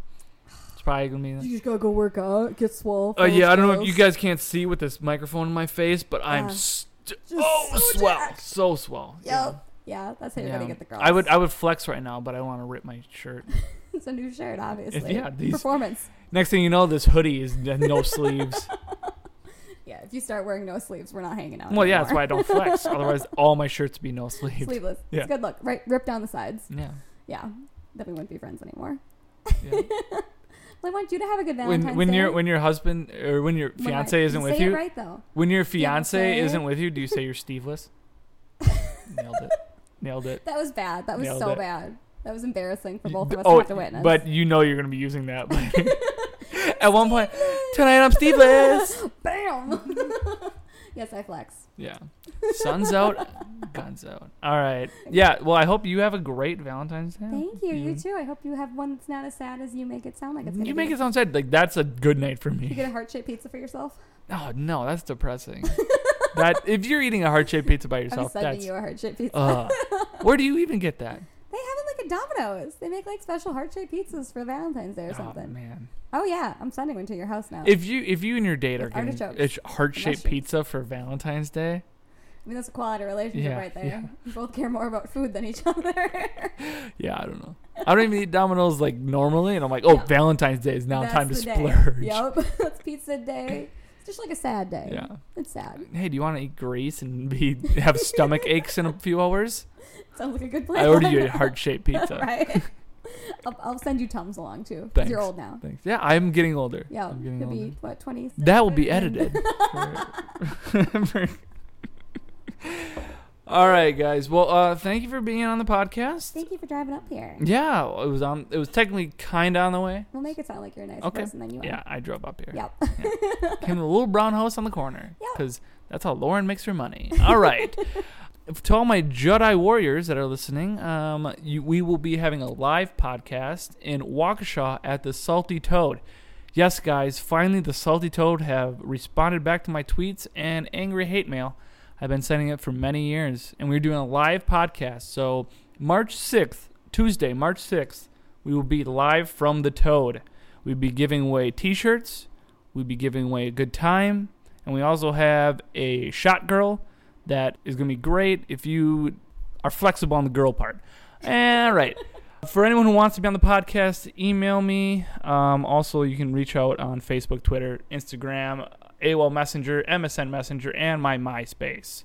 It's probably gonna be.
You just gotta go work out, get swole.
Oh yeah, I don't know if
girls.
you guys can't see with this microphone in my face, but I'm
Yeah.
st-
Uh-huh. Just
oh
so
swell,
jacked.
so swell.
Yep. Yeah, that's how you're
Yeah.
gonna get the girls.
I would I would flex right now, but I want to rip my shirt.
it's a new shirt, obviously.
yeah, these-
Performance.
Next thing you know, this hoodie is no sleeves.
Yeah, if you start wearing no sleeves, we're not hanging out.
Well, yeah, that's
anymore.
why I don't flex. Otherwise, all my shirts would be no sleeves.
Sleeveless.
Yeah.
It's a good look. Right, rip down the sides.
Yeah.
Yeah, then we wouldn't be friends anymore.
yeah.
Well, I want you to have a good Valentine's
when when
Day.
your when your husband or when your
When I-
fiance isn't with
say
you,
It right though.
when your fiance
Fiancé.
isn't with you, do you say you're Steveless? Nailed it. Nailed it.
That was bad. That was
Nailed
so
it.
bad. That was embarrassing for both
D-
of us
oh,
to have to witness.
But you know you're gonna be using that. At one point, tonight I'm Steveless.
Bam. yes, I flex.
Yeah. Sun's out, guns out. All right. Yeah. Well, I hope you have a great Valentine's Day.
Thank you. You too. I hope you have one that's not as sad as you make it sound like it's. Gonna
You
be.
make it sound sad. Like that's a good night for
You
me.
get a heart shaped pizza for yourself.
Oh no, that's depressing. that if you're eating a heart shaped pizza by
I'm
yourself,
sending
that's
you a heart shaped pizza.
Ugh. where do you even get that?
they have it like at Domino's. They make like special heart shaped pizzas for Valentine's Day or
Oh,
something.
man.
Oh, yeah, I'm sending one to your house now.
If you if you and your date are
With
getting
artichokes
a sh- heart-shaped
mushrooms.
pizza for Valentine's Day,
I mean, that's a quality relationship
Yeah,
right there.
yeah.
You both care more about food than each other.
yeah, I don't know. I don't even eat Domino's like normally, and I'm like, oh,
Yeah.
Valentine's Day is now
That's
time to
the day.
splurge.
Yep, that's pizza day. It's just like a sad day.
Yeah.
It's sad.
Hey, do you want to eat grease and be have stomach aches in a few hours?
Sounds like a good plan.
I ordered you a heart-shaped pizza.
right? I'll, I'll send you Tums along too. 'cause
Thanks.
You're old now.
Thanks. Yeah, I'm getting older.
Yeah,
I'm getting
could
older.
be what twenty.
That will be edited. All right, guys. Well, uh, thank you for being on the podcast.
Thank you for driving up here.
Yeah, it was on. It was technically kind of on the way.
We'll make it sound like you're a nicer
Okay.
person than you
Yeah,
are.
I drove up here.
Yep.
Came to the little brown house on the corner
Yep.
because That's how Lauren makes her money. All right. to all my Jedi warriors that are listening, um, you, we will be having a live podcast in Waukesha at the Salty Toad. Yes, guys, finally the Salty Toad have responded back to my tweets and angry hate mail. I've been sending it for many years, and we're doing a live podcast. So, March 6th, Tuesday, March 6th, we will be live from the Toad. We'll be giving away t shirts, we'll be giving away a good time, and we also have a shot girl that is going to be great if you are flexible on the girl part. All right. For anyone who wants to be on the podcast, email me. Um, also, you can reach out on Facebook, Twitter, Instagram, AOL Messenger, MSN Messenger, and my MySpace.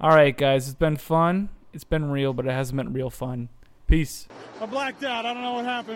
All right, guys, it's been fun. It's been real, but it hasn't been real fun. Peace.
I blacked out. I don't know what happened.